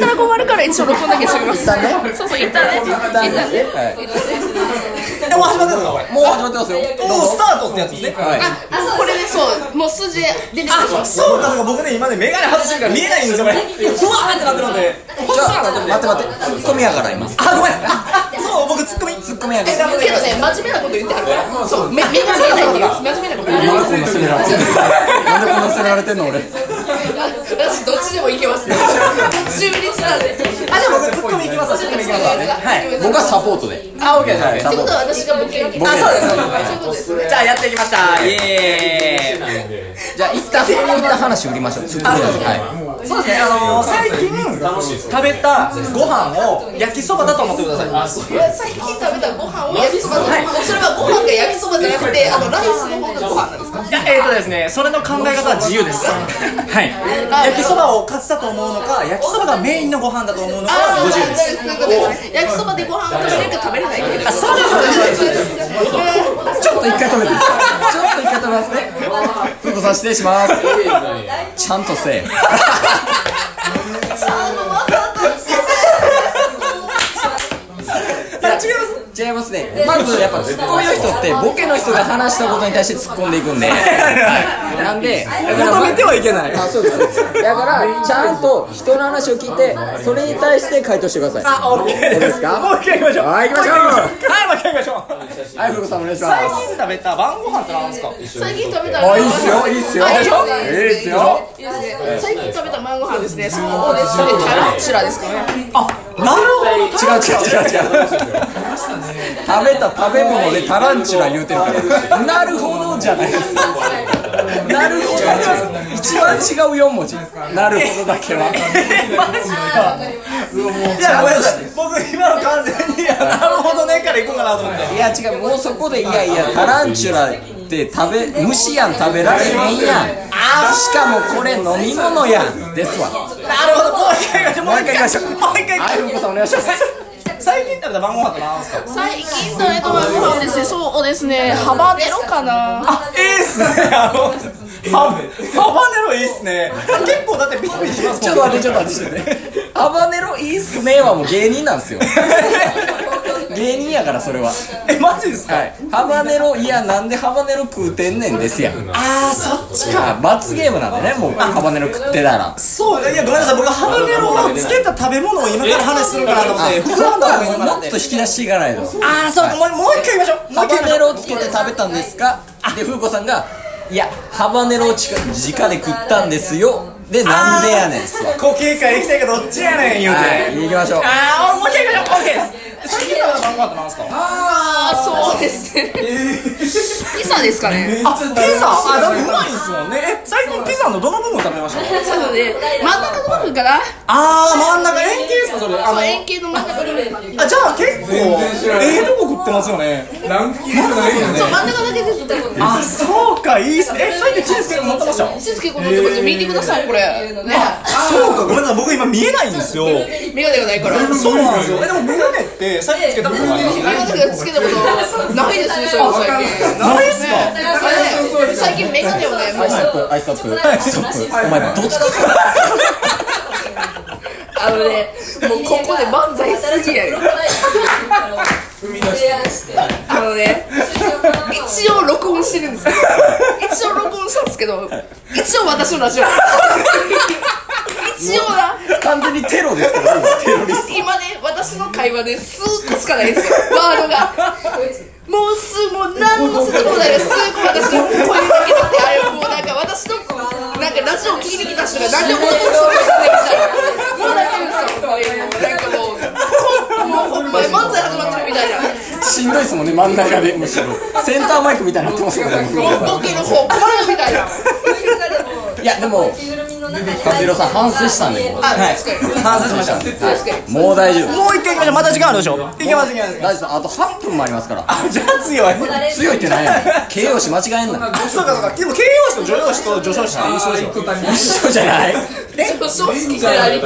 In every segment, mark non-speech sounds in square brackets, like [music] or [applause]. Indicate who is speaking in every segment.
Speaker 1: ら一応録音だけしてみます。
Speaker 2: 旦ね
Speaker 1: そうそう、一旦ね。一旦
Speaker 2: 旦
Speaker 1: ね。
Speaker 2: はい
Speaker 3: え、もう始まってたんですか、これ。
Speaker 2: もう始まってますよ
Speaker 3: もうスタートってやつですね。
Speaker 2: はい
Speaker 1: これでそう、もう数字出てきま
Speaker 3: あ、
Speaker 1: す。
Speaker 3: そうか、そうか、僕ね、今ね、メガネ外してるから見えないんですよ、これ。ふわーってなってるんで。
Speaker 2: じゃあ待って待ってツッコミやから今
Speaker 3: あ、ごめん。あ、そう、僕ツッコミ。ツッ
Speaker 2: コミやから
Speaker 3: え、ダメ
Speaker 1: けど
Speaker 3: だ。
Speaker 1: ね、真面目なこと言ってはるから。そう、め、めっちゃ言いたいっていう。真面目なこと言って
Speaker 2: なんでこんな責められてんのなんでこんな責められてんの俺
Speaker 1: る。私、どっちでもいけますね。中立なんで。
Speaker 3: あ、じゃあ僕ツッコミいきますわ、ツッコミいきますわ。はい。
Speaker 2: 僕はサポートで
Speaker 3: あ、オッケーです。はい
Speaker 1: ってことは私がボケるわけ
Speaker 2: ボケ
Speaker 1: あ
Speaker 2: る
Speaker 1: そうですそうですそういうことですね
Speaker 3: じゃあやっていきました。イエーイ。
Speaker 2: じゃあ一旦そういった話売りましょうツッコミは
Speaker 3: そうですね、あのー、最近食べたご飯を焼きそばだと思ってください。
Speaker 1: いや最近食べたご飯を焼きそばのそれはご飯が焼きそばじゃなくてあのライスの方がご飯なんですか
Speaker 3: いや、えーとですね、それの考え方は自由です。はい。焼きそばをカツだと思うのか、焼きそばがメインのご飯だと思うのかは自由です。
Speaker 1: です焼きそばでご飯を食べれるか食べれないかです
Speaker 3: そうですそうですそうで
Speaker 2: いち
Speaker 3: す。
Speaker 2: ょっと一回止めていいですかちょっと一回止めますねふうこさん失礼しますちゃんとせえ
Speaker 3: いや、違います。
Speaker 2: 違いますねまずやっぱツッコミの人ってボケの人が話したことに対して突っ込んでいくんではいなんでだから
Speaker 3: 求めてはいけない。
Speaker 2: あそうですそうですだからちゃんと人の話を聞いてそれに対して回答してください
Speaker 3: あ、オッケー
Speaker 2: どうで
Speaker 3: で
Speaker 2: す
Speaker 3: す
Speaker 2: か
Speaker 3: か。もう一回行きましょう。
Speaker 2: はい行きましょう
Speaker 3: はい、もう一回行きましょう。
Speaker 2: はいふうこさんお願いしま
Speaker 3: 最
Speaker 2: す
Speaker 3: 近食べた晩ご飯って何 [laughs] ですか。
Speaker 1: 最近食べた
Speaker 2: あいいっすよいいっすよ
Speaker 1: あいいっすよ
Speaker 2: いいっすよ
Speaker 1: いいですね最近食べた晩ご飯ですねそうですねタランチュラですかね
Speaker 3: なる
Speaker 2: 違う違う違う違う食べた食べ物でタランチュラ言うてるからなるほどじゃないですなるほどじゃない一番違う四文字なるほどだけは
Speaker 3: ほど。いや、ごめんなさい。僕今の完全に、いやなるほどねから行こうかなと思って。
Speaker 2: いや違うもうそこでいやいやタランチュラって食べ虫やん食べられへんやんしかもこれ飲み物やんですわ
Speaker 3: なるほど、もう一回行きましょう。もう一回行きましょう。もう一回行
Speaker 2: はい
Speaker 3: き
Speaker 2: ふうこさんお願いします
Speaker 3: ましょう。最近食べた晩ご飯って何ですか。
Speaker 1: 最近食べた晩ご飯ですねそうですねハバネロかな
Speaker 3: あ、いいっすね。あの、ハハバネロいいっすね。結構だってビリビリします
Speaker 2: ちょっと待ってちょっと待ってちょっと待ってハバネロいいっすねはもう芸人なんですよ芸人やからそれは
Speaker 3: え、マジですか。
Speaker 2: はい、ハバネロいやなんでハバネロ食うてんねんですやん
Speaker 3: あー、そっちか。
Speaker 2: あ罰ゲームなんでねもうハバネロ食ってたら
Speaker 3: そうね、いや、ごめんなさい。僕ハバネロをつけた食べ物を今から話するかなと思って。普
Speaker 2: そ
Speaker 3: 通
Speaker 2: こ
Speaker 3: なんだと思いなが
Speaker 2: は
Speaker 3: ら
Speaker 2: もっと引き出していかないと
Speaker 3: あー、そうか。もうもう一回行きましょう。も
Speaker 2: ハ
Speaker 3: う
Speaker 2: バ
Speaker 3: 一回行きましょ
Speaker 2: ネ
Speaker 3: う。
Speaker 2: ロをつけて食べたんですかで風子さんが「いやハバネロをちか直で食ったんですよ」でなんでやねんすわ
Speaker 3: 固形か液体かどっちやねん言うて、
Speaker 2: はい行きましょう
Speaker 3: ああもう一回行きましょう OK です最近食べた晩ご飯って何すか
Speaker 1: あそうですねピザですかね
Speaker 3: あピザあだってうまいっすもんねえ最近ピザのどの部分食べました
Speaker 1: そうなので真ん中の部分かな
Speaker 3: ああ真ん中円形ですかそれあの
Speaker 1: そう円形の真ん中の部分
Speaker 3: あじゃあ結構ええとこ食ってますよね
Speaker 4: ランキングないよね
Speaker 1: そう真ん中だけで食べて
Speaker 3: あそうかいいっすねえ最近チーズ結構乗ってました
Speaker 1: チーズ結構乗ってますよ見てくださいこれね
Speaker 3: そうかごめんなさい僕今見えないんですよ
Speaker 1: 眼鏡がないから
Speaker 3: そうなんですよえでもメガネって最近つけたことない
Speaker 1: 眼鏡がつけたことないですねそれは最近
Speaker 3: ないっすか
Speaker 1: それね最近眼鏡をねもう
Speaker 2: ストップアイストップストップお前どつくつ
Speaker 1: あのねもうここで漫才すぎやよあのね一応録音してるんです [laughs] よ一応録音したんですけど一応私のラジ [laughs] オ一応な
Speaker 2: 完全にテロですから今テロリス
Speaker 1: 今ね私の会話で数個しかないんですよワードがもうすもう何の説もないです数個私の声にかけててあれもうなんか私のなんかラジオ聞いてきた人が何でも男の人もうなんかもうなんかもうもうお前漫才始まってるみたいな
Speaker 2: トしんどいですもんね真ん中でむしろ [laughs] センターマイクみたいになってますもんね
Speaker 1: ボケの方困るみたいない
Speaker 2: やでもカズロさん反省したんでもう
Speaker 1: あ確かに
Speaker 3: 反省しました
Speaker 1: 確かに
Speaker 2: もう大丈夫
Speaker 3: もう一回行きましょうまた時間あるでしょ行きます行きます
Speaker 2: 大丈夫あと半分もありますから
Speaker 3: あじゃあ強い
Speaker 2: 強いってなんやねん形容詞間違えんな
Speaker 3: そうかそうかでも形容詞と助容詞と助称詞って一緒でしょ
Speaker 2: 一緒じゃない
Speaker 1: 正直からあり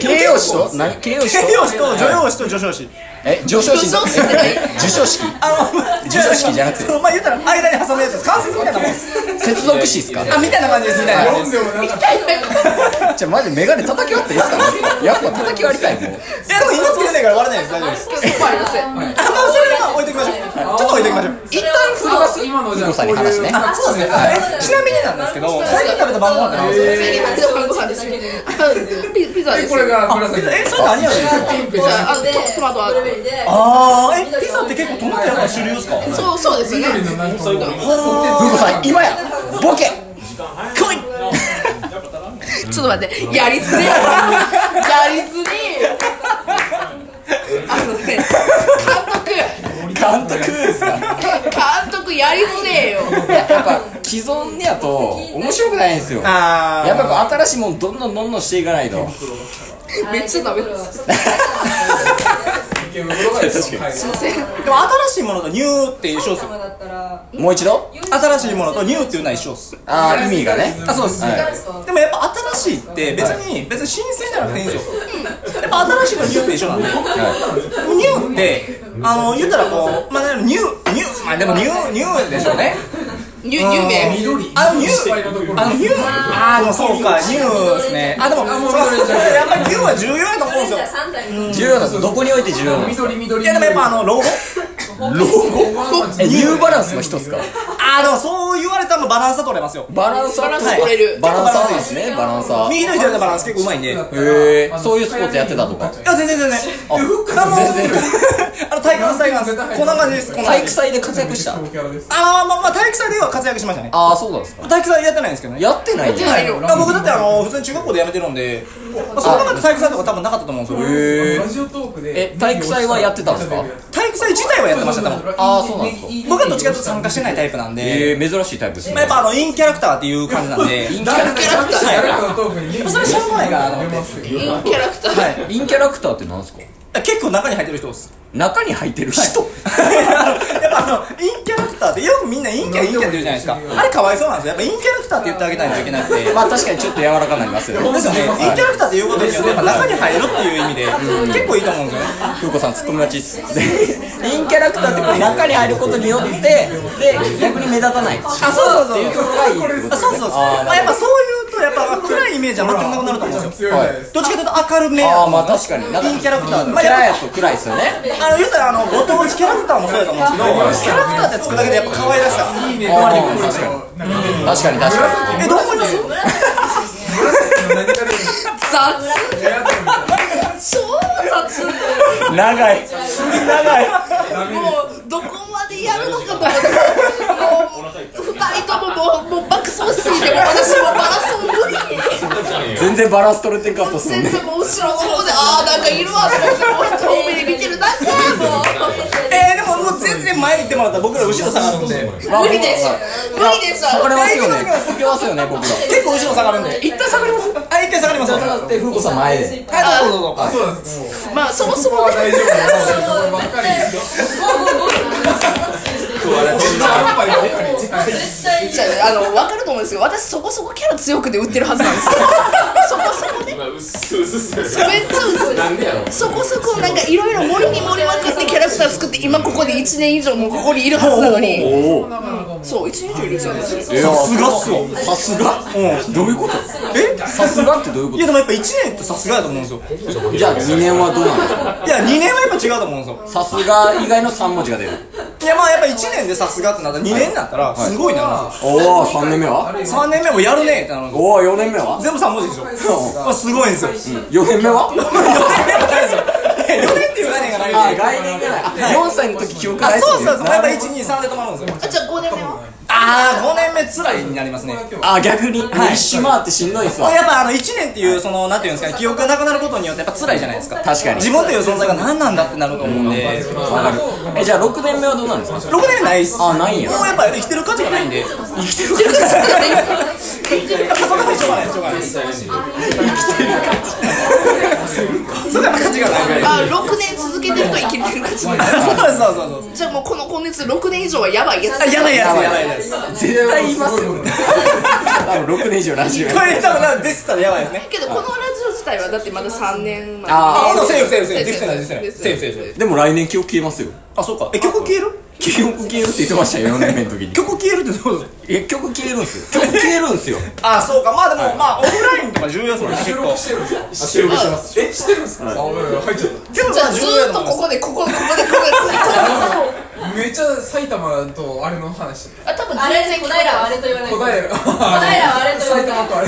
Speaker 2: 形容詞と何形容詞
Speaker 3: 形容詞と
Speaker 2: と
Speaker 3: 助容詞と助称詞
Speaker 2: え助賞式
Speaker 1: 助手席じゃない
Speaker 2: え授賞式
Speaker 3: あのまあ
Speaker 2: 授賞式じゃなくて
Speaker 3: そうまあ言ったら間に挟むやつです関節みたいなもん
Speaker 2: 接続詞っすか
Speaker 3: あみたいな感じですみたいな
Speaker 2: ないですじゃあマジメガネ叩き割っていいですかやっぱ叩き割りたいもう
Speaker 3: えでも今つけてないから割れないです大丈夫です
Speaker 1: ありません
Speaker 3: あまあそれはまあ置いときましょうちょっと置いときましょう
Speaker 2: 一旦振ります今のじゃあ
Speaker 4: さん
Speaker 2: こうい
Speaker 4: に話
Speaker 2: う
Speaker 4: ね
Speaker 3: あそうですねあえちなみになんですけど最近食べた晩ご飯って何ですか
Speaker 1: 最近初の晩ご飯ですよあピピザです
Speaker 5: これが紫
Speaker 3: えそれ何やるんですか
Speaker 1: ピザあとトトマトあって
Speaker 3: あーえピザって結構トマトやっぱ主流ですか
Speaker 1: そうそうですよね
Speaker 2: 風子さん今やボケ
Speaker 1: 来いちょっと待って、やりづれえやりづれえよあのね、
Speaker 2: 監督ですか
Speaker 1: 監督監督やりづれえよ
Speaker 2: やっぱ既存にやと面白くないんですよや
Speaker 3: あ
Speaker 2: っぱこう新しいもんどんどんどんどんしていかないと
Speaker 1: めっちゃダメですすいません
Speaker 3: ーでも新しいものとニューって一緒ですよ
Speaker 2: もう一度
Speaker 3: 新しいものとニューっていうのは一緒です
Speaker 2: あー意味がね
Speaker 3: あそうです、
Speaker 2: は
Speaker 3: でもやっぱ新しいって別に、別に新鮮じゃなくていいんですよやっぱ新しいのニューって一緒なんで、ニューってあの言ったらこうまあニューニューまあでもニューニューでしょうね
Speaker 1: ゆゆうべ
Speaker 3: あのニューあのニューあーでもそうかニューですねあでもそうやっぱりニューは重要やと思うんですよ
Speaker 2: 重要なのどこにおいて重要なの
Speaker 3: いやでもやっぱあの老後
Speaker 2: ロゴえニューバランスの人っすか
Speaker 3: あーでもそう言われたらバランスは取れますよ
Speaker 2: バランサー
Speaker 1: バランス取れる
Speaker 2: バランサーなんですねバランサー
Speaker 3: 右と左のバランス結構うまいんでいや
Speaker 2: へえそういうスポーツやってたとか
Speaker 3: 全然全然
Speaker 2: あ全然
Speaker 3: あの体幹体幹こんな感じですこんな感じ
Speaker 2: 体育祭で活躍した
Speaker 3: あーまあまあ体育祭では活躍しましたね
Speaker 2: ああそうなんですか
Speaker 3: 体育祭やってないんですけどね
Speaker 2: やってないんや
Speaker 1: ないよ
Speaker 3: あ僕だってあの普通に中学校でやめてるんでまあその中で体育祭とか多分なかったと思うんですよ
Speaker 2: へえ体育祭はやってたんですか
Speaker 3: 体育祭自体はやってました多分
Speaker 2: ああそうなんですか
Speaker 3: 僕はどっちかというと参加してないタイプなんで、
Speaker 2: えー、珍しいタイプですね
Speaker 3: まあ、やっぱあのインキャラクターっていう感じなんで
Speaker 2: インキャラクター
Speaker 3: それしょうがないかなと思って
Speaker 1: インキャラクター
Speaker 3: はい
Speaker 2: インキャラクターってなんですか
Speaker 3: 結構中に入ってる人です
Speaker 2: 中に入ってる人、
Speaker 3: [laughs] やっぱあのインキャラクターってよくみんなインキャインキャって言うじゃないですかあれかわいそうなんですよやっぱインキャラクターって言ってあげないといけなくて
Speaker 2: まあ確かにちょっと柔らかになりますよね
Speaker 3: ですよね、インキャラクターっていうことによってやっぱ中に入るっていう意味で結構いいと思うんですよね
Speaker 2: 風子さんツッコミ待ちっすインキャラクターってこう中に入ることによってで逆に目立たない
Speaker 3: あ、そうそうそう。
Speaker 2: これ
Speaker 3: あそうそうそう。まあやっぱそういうとやっぱ暗いイメージは全くなくなると思うんですよ。
Speaker 2: はい
Speaker 3: どっちかというと明るめ。
Speaker 2: ああまあ確かになんか
Speaker 3: インキャラクター
Speaker 2: うん
Speaker 3: まあ
Speaker 2: キャ
Speaker 3: や
Speaker 2: ラ
Speaker 3: っぱ
Speaker 2: やと暗いですよね
Speaker 3: あの言うたらあのご当地キャラクターもそうやと思うんですけど、キャラクターってつくだけでやっぱ可愛らしさが生まれてくるんですよ。
Speaker 2: [laughs] 確かに確かに
Speaker 3: え、どう思います？
Speaker 1: 雑超雑
Speaker 2: 長い長い
Speaker 1: もうどこまでやるのかと思ってもう二人とももうもう爆走しすぎてもう私もうバランスも無理
Speaker 2: 全然バランス取れてんかったっすもん
Speaker 1: 全
Speaker 2: ね
Speaker 1: 然もう後ろの方でああなんかいるわと思ってもう一目で見てるなんかもう
Speaker 3: えー、でももう全然前に行ってもらったら僕ら後ろ下がるんで、
Speaker 1: 無理でしょ無理でしょ
Speaker 2: 下がれますよね下げますよね僕ら
Speaker 3: 結構後ろ下がるんで。一旦下がります。あ、一回下がります。
Speaker 2: だって風子さん前で
Speaker 3: はい、どうぞどうぞ。
Speaker 1: まあそもそもねじゃああの分かると思うんですけど私そこそこキャラ強くて売ってるはずなんです [laughs] よそこそこねめっちゃ薄いそこそこなんかいろいろ森に盛りまくってキャラクター作って今ここで1年以上もうここにいるはずなのにうんそう1年以上いるんですよ私
Speaker 2: いや
Speaker 3: さすがっすわ
Speaker 2: さすがどういうこと
Speaker 3: え？
Speaker 2: さすがってどういうこ
Speaker 3: いやでもやっぱ一年ってさすがやと思うんですよ。
Speaker 2: とじゃあ2年はどうなんですか
Speaker 3: いや、二年はやっぱ違うと思うんですよ。
Speaker 2: さすが以外の3文字が出る
Speaker 3: いやまあやっぱ1年でさすがってなったら2年になったらすごいな、
Speaker 2: おお3年目は
Speaker 3: 3年目もやるねってなるんですよ
Speaker 2: おお4年目は
Speaker 3: 全部3文字でしょ、まあ、すごいんですよ、四
Speaker 2: 4年目は
Speaker 3: 4年目もないですよいや4年っていう概念がないんで
Speaker 2: あ概念がない4歳の時記憶な
Speaker 3: あ
Speaker 2: いっす
Speaker 3: そう
Speaker 2: よね
Speaker 3: そうそうやっぱ123で止まるんですよ
Speaker 1: あじゃあ5年目は
Speaker 3: ああ5年目つらいになりますねやっ
Speaker 2: あ逆に一周回ってしんどいっすわ
Speaker 3: ぱあの1年っていうそのなんていうんですかね記憶がなくなることによってやっぱ辛いじゃないですか
Speaker 2: 確かに
Speaker 3: 自分という存在が何なんだってなると思うんで
Speaker 2: わかるえじゃあ6年目はどうなんですか
Speaker 3: 6年目ないっす
Speaker 2: あないんや
Speaker 3: もうやっぱ生きてる価値がないんで生きてる価値がないしょうがないしょうがない生きてる価値それは価値がないから
Speaker 1: あ6年続けてると生きてる感じ
Speaker 3: [laughs] そうそうそうそう
Speaker 1: じゃあもうこの今月6年以上はやばいやつ
Speaker 3: あやばいやつやばいやつ
Speaker 2: 絶対言いますよ多分6年以上ラジオや
Speaker 3: これ多分なんかデスったらやばいですね
Speaker 1: けどこのラジオ自体はだってまだ3年前
Speaker 2: あ
Speaker 3: あ
Speaker 2: ー
Speaker 3: セーフセーフセーフできてないできてない
Speaker 1: で
Speaker 3: セーフセーフセーフ
Speaker 2: でも来年記憶消えますよ
Speaker 3: あそうかえ曲消える
Speaker 2: [laughs] 記憶消えるって言ってましたよ4年目の時に
Speaker 3: 曲消えるってどうです
Speaker 2: え曲消えるんですよ曲消えるんですよ
Speaker 3: ああそうかまあでも、まあオフラインとか重要そうですね結構
Speaker 4: してるんですか収録してますえしてるんですかあ危ない危ない入っちゃっ
Speaker 3: でも
Speaker 1: じゃ
Speaker 3: まあ
Speaker 1: あず
Speaker 3: 重要
Speaker 1: ー
Speaker 3: だ
Speaker 1: っ
Speaker 3: と
Speaker 1: と
Speaker 3: 思
Speaker 1: こ
Speaker 3: います
Speaker 1: こでここでここでここでずっと
Speaker 4: ためっちゃ埼玉とあれの話してる
Speaker 1: あ多分
Speaker 5: あ
Speaker 1: 全
Speaker 5: れ
Speaker 1: 然
Speaker 5: 小
Speaker 1: 聞
Speaker 5: 平はあれと言わない
Speaker 4: 小平
Speaker 5: 小平はあれと言わ
Speaker 4: 埼
Speaker 5: ない
Speaker 4: 玉と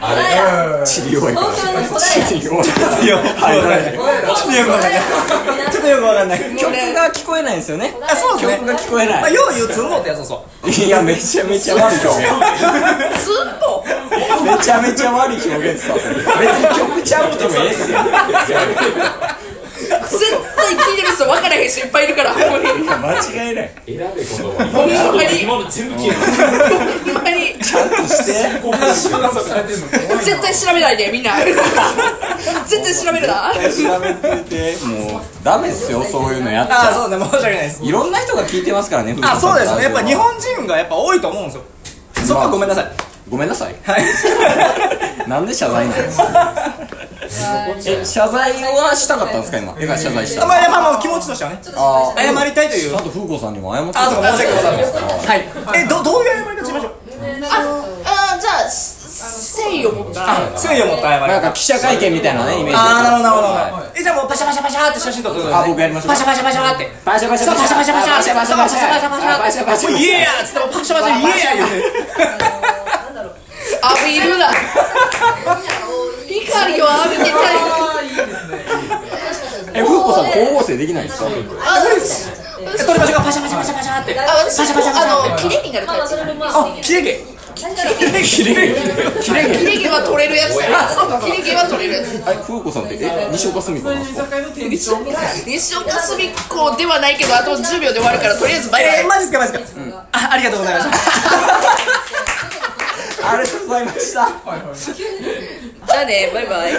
Speaker 4: あれ
Speaker 5: 小平
Speaker 2: 地理弱いから
Speaker 5: 東京の小平
Speaker 2: 地理弱い
Speaker 3: いやはいはい
Speaker 4: 小平
Speaker 3: ちょっとよくわかんないちょっとよくわかんない
Speaker 2: 曲が聞こえないんですよね
Speaker 3: あそうですね
Speaker 2: 曲が聞こえ
Speaker 3: ま
Speaker 2: な
Speaker 3: あ
Speaker 2: い
Speaker 3: よう言うつんのってやつそう
Speaker 2: いやめちゃめちゃ悪い表
Speaker 1: ずっと
Speaker 2: 現めちゃめちゃ悪い表現ですわ別に曲ちゃうくてもええっすよ
Speaker 1: 絶対聞いてる人分からへん人いっぱいいるからほんまに
Speaker 2: いや間違いない
Speaker 6: 選べこのま
Speaker 1: ほんまに
Speaker 6: 今の全部消えた
Speaker 1: ほんまに
Speaker 2: して
Speaker 4: されてるの怖い
Speaker 1: 絶対調べないでみんな絶対調べるな
Speaker 2: 調べといてもうダメっすよそういうのやっち
Speaker 3: ああ
Speaker 2: ゃ
Speaker 3: そうですね申し訳ないです
Speaker 2: いろんな人が聞いてますからね
Speaker 3: あそうですねやっぱ日本人がやっぱ多いと思うんですよそこはごめんなさい
Speaker 2: ごめんなさい
Speaker 3: はい
Speaker 2: なんで謝罪なんですかえ謝罪はしたかったんですか今今謝罪した
Speaker 3: まあまあまあ気持ちとしてはね
Speaker 2: あー
Speaker 3: 謝りたいという
Speaker 2: あと風子さんにも謝って
Speaker 3: あそうか申し訳ございませんはいえどどういう謝り方しましょう
Speaker 1: あーじゃあし誠意を持った
Speaker 3: あ誠意を持った謝り
Speaker 2: なんか
Speaker 3: 方
Speaker 2: 記者会見みたいなねイメージ
Speaker 3: ああなるほどな
Speaker 2: はい
Speaker 3: るほどなるほどえじゃあもうパシャパシャパシャって写真撮ってくだ
Speaker 2: あ
Speaker 3: さい
Speaker 2: 僕やりましょう
Speaker 3: パシャパシャパシャって
Speaker 2: バシャバシャバシャバシャバシャバシャバシャバシャバシャバシャバシャバシ
Speaker 3: もう
Speaker 2: ャ
Speaker 3: イエーやっつってもパシャパシャイエーや言うて
Speaker 1: 浴びるな怒りを浴びてたい
Speaker 2: え風子さん光合成でき [laughs] ないんですか
Speaker 1: あ
Speaker 3: え撮りましょうかパシャパシャパシャパシャって
Speaker 1: あ私あのキレイになるタイプ
Speaker 3: あキレゲキレゲキレゲキレゲ
Speaker 1: キレ毛は取れるやつやキレ毛は取れるやつ
Speaker 2: え風子さんってえ西岡澄子なんですか
Speaker 4: 酒の店長も
Speaker 1: 西岡隅っこではないけどあと10秒で終わるからとりあえずバイバイ
Speaker 3: えー、マジっすかマジっすか、あありがとうございました
Speaker 2: ありがとうございました
Speaker 1: じゃあねバイバイ